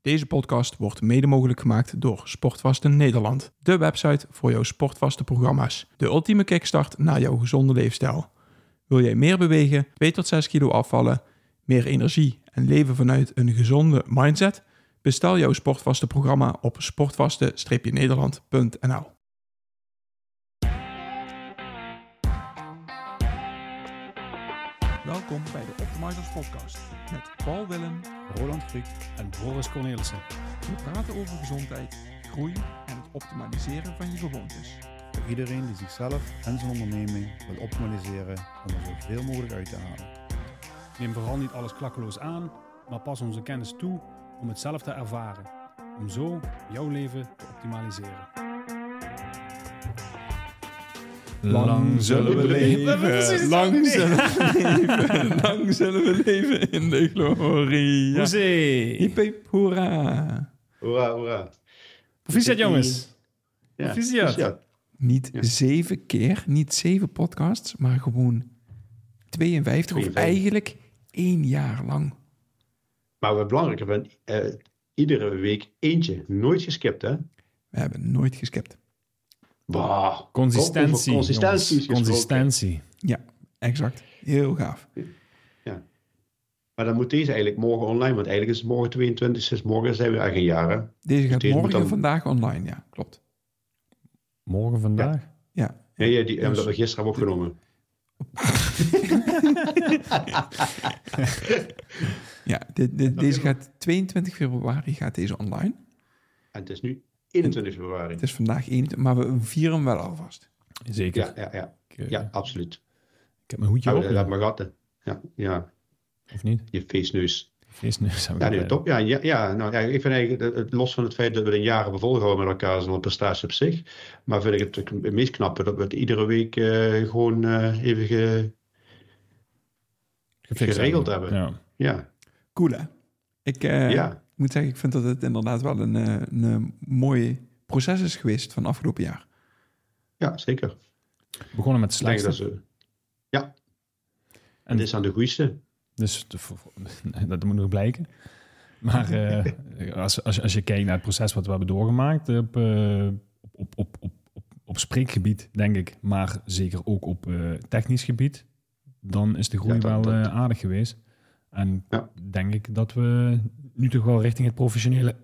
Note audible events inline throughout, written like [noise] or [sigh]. Deze podcast wordt mede mogelijk gemaakt door Sportvaste Nederland, de website voor jouw sportvaste programma's. De ultieme kickstart naar jouw gezonde leefstijl. Wil jij meer bewegen, 2 tot 6 kilo afvallen, meer energie en leven vanuit een gezonde mindset? Bestel jouw Sportvaste programma op sportvaste-nederland.nl. Welkom bij de Optimizers Podcast met Paul Willem Roland Griek en Boris Cornelissen. We praten over gezondheid, groei en het optimaliseren van je gewoontes. Voor iedereen die zichzelf en zijn onderneming wil optimaliseren om er zoveel mogelijk uit te halen. Neem vooral niet alles klakkeloos aan, maar pas onze kennis toe om het zelf te ervaren. Om zo jouw leven te optimaliseren. Lang zullen we leven, lang zullen we leven, [laughs] lang zullen we leven in de glorie. Ja. Hoezee! Hiep, hiep, hoera. Hoera, hoera. Proficiat jongens! Ja, Proficiat. dus ja, Niet Ja. zeven keer, niet zeven podcasts, maar gewoon 52 of 52. eigenlijk één jaar lang. Maar wat belangrijker van, eh, iedere week eentje. Nooit geskipt, hè? We hebben nooit geskipt. Bah, Consistentie. Over Consistentie. jongens. is gesproken. Consistentie. Ja, exact. Heel gaaf. Maar dan moet deze eigenlijk morgen online, want eigenlijk is het morgen 22, dus morgen zijn we eigenlijk een jaar, hè? Deze gaat Deze moet morgen dan- vandaag online, ja, klopt. Morgen vandaag. Ja, Ja, ja, die, eh, Dus- dat we gisteren hebben opgenomen. ja dit- dit- deze gaat 22 februari gaat deze online. En het is nu 21 februari. Het is vandaag 21, maar we vieren hem wel alvast. Zeker. Ja, ja, ja. Ik, eh, Ja, absoluut. ik heb mijn hoedje Ja, op. laat maar gatten. Ja, ja, Of niet? je feestneus. Feestneus hebben Ja, we nee, erbij. top. Ja, ja, ja nou, ja, ik vind eigenlijk, dat het, los van het feit dat we een jaren bevolgen met elkaar, is al een prestatie op zich. Maar vind ik het ook het meest knappe dat we het iedere week eh, gewoon eh, even ge- Gefixt geregeld hebben. Ja. Ja, Cool, hè? Ik eh, ja. moet zeggen, ik vind dat het inderdaad wel een, eh, een, eh, mooi proces is geweest van afgelopen jaar. ja zeker. Ik Begonnen met denk dat slechtste. ze, ja, En- en dit is aan de goeiste. Dus de vo- [laughs] vo- dat moet nog blijken. [laughs] Maar eh, als, als, als je kijkt naar het proces wat we hebben doorgemaakt op, eh, op, op, op, op, op spreekgebied, denk ik, maar zeker ook op eh, technisch gebied, dan is de groei Ja, dat- wel dat- eh, aardig geweest. En Ja. denk ik dat we nu toch wel richting het professionele,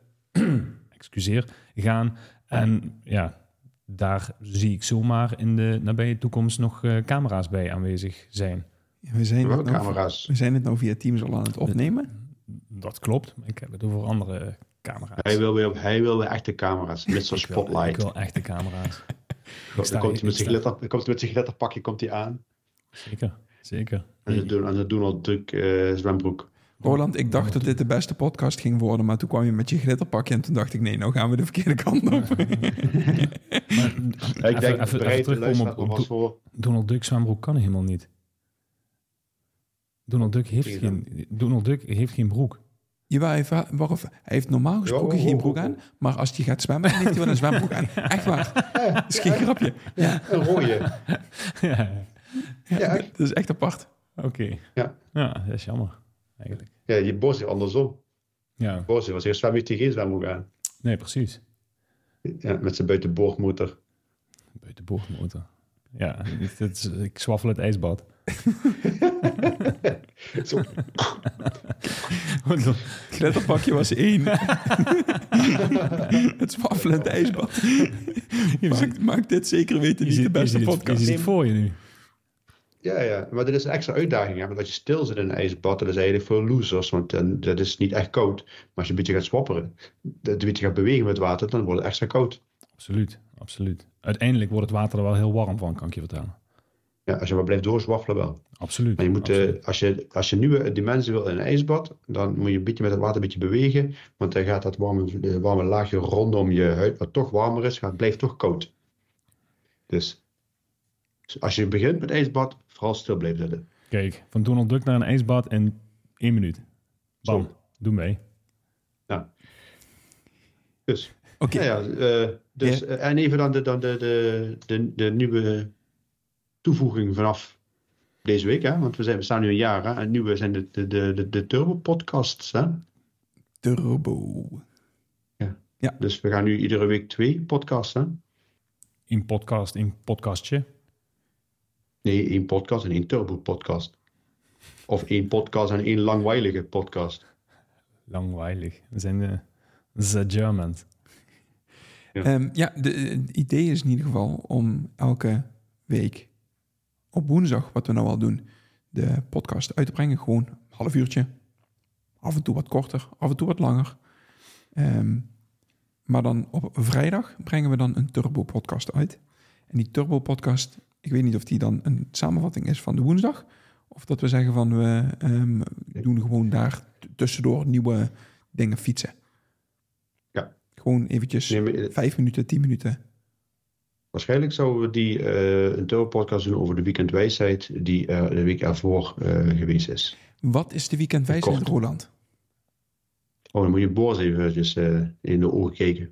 [clears throat] excuseer, gaan. En ja, daar zie ik zomaar in de nabije toekomst nog eh, camera's bij aanwezig zijn. We zijn, Wel het nou, camera's. we zijn het nou via Teams al aan het opnemen. Dat klopt. maar Ik heb het over andere camera's. Hij wil weer, hij wil weer echte camera's, met zo'n Ik wil- Ik spotlight. wil echte [laughs] camera's. Ik sta Dan komt hier- hij met ik zijn sta- glitter- dan komt hij met zijn glitterpakje komt hij aan. Zeker, zeker. En ze doen, en ze doen al druk eh, zwembroek. Roland, ik dacht dat dit de beste podcast ging worden, maar toen kwam je met je glitterpakje en toen dacht ik, nee, nou gaan we de verkeerde kant op. [laughs] Maar, Ja, ik denk, even, even bereid de terugkomen luisteraar op, nog op was Do- voor. Donald Duck zwembroek kan helemaal niet. Donald Duck heeft Tegen geen, Donald Duck heeft geen broek. [laughs] Jawel, hij, va- waarof- hij heeft normaal gesproken Ja, oh, geen oh, broek oh, aan, maar als hij gaat zwemmen, heeft hij wel een zwembroek [laughs] aan. Echt waar. Dat is geen grapje. Ja, Een [laughs] rode. ja, Ja, echt. dat is echt apart. oké. Ja. ja, dat is jammer eigenlijk. Ja, je bos is andersom. Ja, Bos was eerst zwem heeft hij geen zwembroek aan. nee, precies. Ja, met zijn buitenboordmotor. Buitenboordmotor. Ja, [laughs] ik, dit is- ik zwaffel het ijsbad. Zo. Glitterpakje was [laughs] één. het zwaffelend ijsbad. Maakt, maakt dit zeker weten niet de beste podcast. Je ziet het voor je nu. Ja, ja, maar dat is een extra uitdaging. Ja, want als je stil zit in een ijsbad, dat is eigenlijk voor losers. Want dan, dat is niet echt koud. Maar als je een beetje gaat swapperen, dat een beetje gaat bewegen met water, dan wordt het extra koud. Absoluut, absoluut. Uiteindelijk wordt het water er wel heel warm van, kan ik je vertellen. Ja, als je maar blijft doorzwaffelen wel. Absoluut. Maar je moet, eh, absoluut. als, je, als je nieuwe dimensie wil in een ijsbad, dan moet je een beetje met het water een beetje bewegen. Want dan gaat dat warme, eh, warme laagje rondom je huid, wat toch warmer is, gaat, blijft toch koud. Dus dus als je begint met ijsbad, vooral stil blijven zitten. Kijk, van Donald Duck naar een ijsbad in één minuut. Bam, Zo. doe mee. Dus, Oké. ja, ja, eh, dus Ja. eh, en even dan, de, dan de, de, de, de nieuwe toevoeging vanaf deze week, hè? want we, zijn, we staan nu een jaar hè? en nu zijn de, de, de, de, de Turbo Podcasts. Hè? Turbo. Ja. Dus we gaan nu iedere week twee podcasten. In podcast, in podcastje. Nee, één podcast en één turbo-podcast. Of één podcast en één langweilige podcast. Langweilig. We zijn de, the Germans. Ja. Ehm, ja, de- het idee is in ieder geval om elke week op woensdag, wat we nou al doen, de podcast uit te brengen. Gewoon een half uurtje. Af en toe wat korter, af en toe wat langer. Ehm, maar dan op vrijdag brengen we dan een Turbo-podcast uit. En die Turbo-podcast, ik weet niet of die dan een samenvatting is van de woensdag. Of dat we zeggen van we ehm, doen gewoon daar t- tussendoor nieuwe dingen fietsen. Ja. Gewoon eventjes Nee, maar, eh, vijf minuten, tien minuten. waarschijnlijk zouden we die eh, een turbo-podcast doen over de weekendwijsheid die er de week ervoor eh, geweest is. Wat is de weekendwijsheid, Kort. Roland? Oh, dan moet je Boris eventjes eh, in de ogen kijken.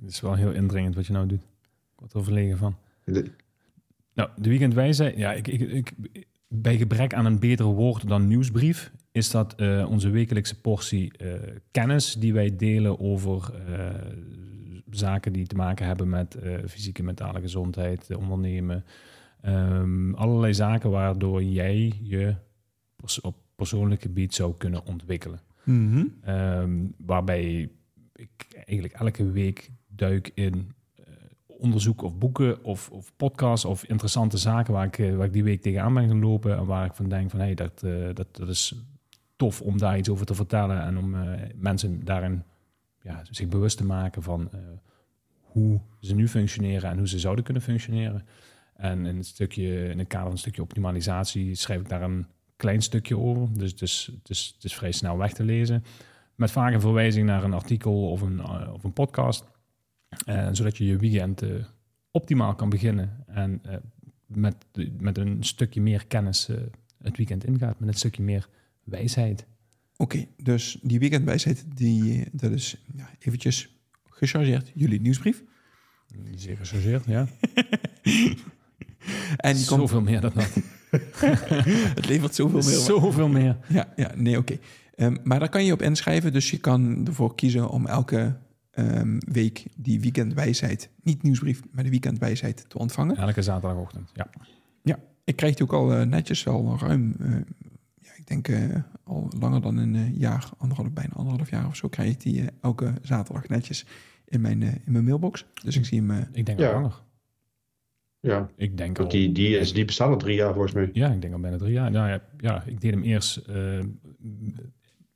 Het is wel heel indringend wat je nou doet. Ik word er verlegen van. De- Nou, de weekendwijze, ja, ik, ik, ik, bij gebrek aan een beter woord dan nieuwsbrief, is dat eh, onze wekelijkse portie eh, kennis die wij delen over eh, zaken die te maken hebben met eh, fysieke en mentale gezondheid, eh, ondernemen. Ehm, allerlei zaken waardoor jij je pers- op persoonlijk gebied zou kunnen ontwikkelen. Ehm, waarbij ik eigenlijk elke week duik in eh, onderzoek of boeken of, of podcasts of interessante zaken waar ik, eh, waar ik die week tegenaan ben gaan lopen. En waar ik van denk van hé, hey, dat, eh, dat, dat is tof om daar iets over te vertellen. En om eh, mensen daarin ja, zich bewust te maken van eh, hoe ze nu functioneren en hoe ze zouden kunnen functioneren. En in, het stukje, in het kader van een stukje optimalisatie schrijf ik daar een klein stukje over. Dus het is, het is, het is vrij snel weg te lezen. Met vaak een verwijzing naar een artikel of een, eh, of een podcast. Eh, zodat je je weekend eh, optimaal kan beginnen. En eh, met, de- met een stukje meer kennis eh, het weekend ingaat. Met een stukje meer wijsheid. Oké, dus die weekendwijsheid, die, eh, dat is ja, eventjes gechargeerd jullie nieuwsbrief. Zeer gechargeerd, [laughs] ja. En [laughs] die komt, Zoveel meer dan dat. het levert zoveel meer. op. Zoveel meer. [laughs] Ja, ja, nee, oké. Ehm, maar daar kan je op inschrijven, dus je kan ervoor kiezen om elke ehm, week die weekendwijsheid, niet nieuwsbrief, maar de weekendwijsheid te ontvangen. Elke zaterdagochtend, ja. Ik krijg die ook al eh, netjes wel ruim. eh, ja, ik denk eh, al langer dan een eh, jaar, anderhalf, bijna anderhalf jaar of zo, krijg ik die eh, elke zaterdag netjes in mijn, eh, in mijn mailbox. Dus ik zie hem. eh, Ik denk Ja. al langer. ja, Ik denk al... want die, die, is, die bestaat al drie jaar volgens mij. Ja, ik denk al bijna drie jaar. Nou ja, ja ik deed hem eerst. eh,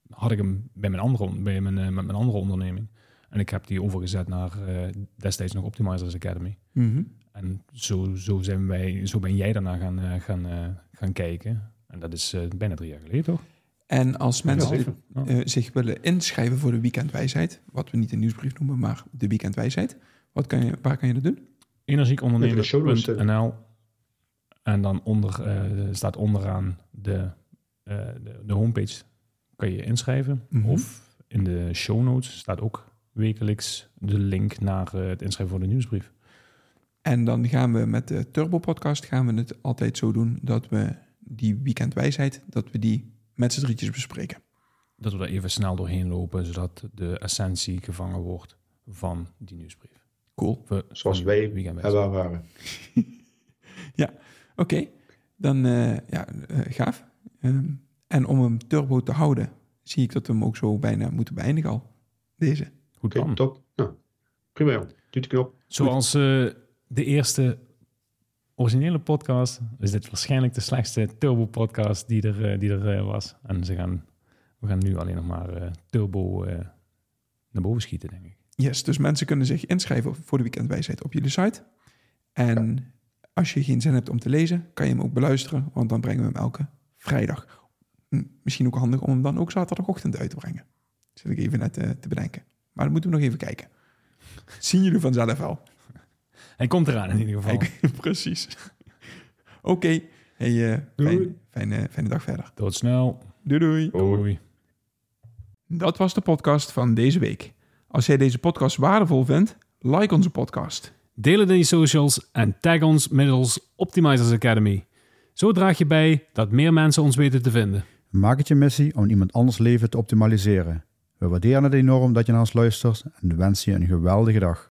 had ik hem bij mijn andere, on- bij mijn, eh, met mijn andere onderneming. En ik heb die overgezet naar eh, destijds nog Optimizers Academy. mhm. En zo, zo, zijn wij, zo ben jij daarna gaan, eh, gaan, eh, gaan kijken. En dat is eh, bijna drie jaar geleden, toch? En als mensen zeker. dit, eh, zich willen inschrijven voor de weekendwijsheid, wat we niet de nieuwsbrief noemen, maar de weekendwijsheid, wat kan je, waar kan je dat doen? Even de Energiekondernemen.nl En dan onder, eh, staat onderaan de, eh, de, de homepage kan je je inschrijven. Mhm. Of in de show notes staat ook wekelijks de link naar eh, het inschrijven voor de nieuwsbrief. En dan gaan we met de Turbo Podcast gaan we het altijd zo doen dat we die weekendwijsheid, dat we die met z'n drietjes bespreken. Dat we daar even snel doorheen lopen, zodat de essentie gevangen wordt van die nieuwsbrief. Cool. We- Zoals van wij de weekendwijs. En waar waren. Oké, dan eh, ja, eh, gaaf. Ehm, en om hem turbo te houden, zie ik dat we hem ook zo bijna moeten beëindigen al. Deze. Goed Oké, plan. top. Nou, prima joh. Doet de knop. Zoals eh, de eerste originele podcast, is dit waarschijnlijk de slechtste Turbo-podcast die er, eh, die er eh, was. En ze gaan, we gaan nu alleen nog maar eh, Turbo eh, naar boven schieten, denk ik. Yes, dus mensen kunnen zich inschrijven voor de weekendwijsheid op jullie site. En als je geen zin hebt om te lezen, kan je hem ook beluisteren, want dan brengen we hem elke vrijdag. Hm, Misschien ook handig om hem dan ook zaterdagochtend uit te brengen. Zit ik even net eh, te bedenken. Maar dat moeten we nog even kijken. Zien jullie vanzelf wel. Hij komt eraan in ieder geval. Ik- [laughs] precies. Oké. Hey, eh, Doei. fijn- fijne, fijne dag verder. Tot snel. Doei doei. Doei. Dat was de podcast van deze week. Als jij deze podcast waardevol vindt, like onze podcast. Deel het in je socials en tag ons middels Optimizers Academy. Zo draag je bij dat meer mensen ons weten te vinden. Maak het je missie om iemand anders leven te optimaliseren. We waarderen het enorm dat je naar ons luistert en wensen je een geweldige dag.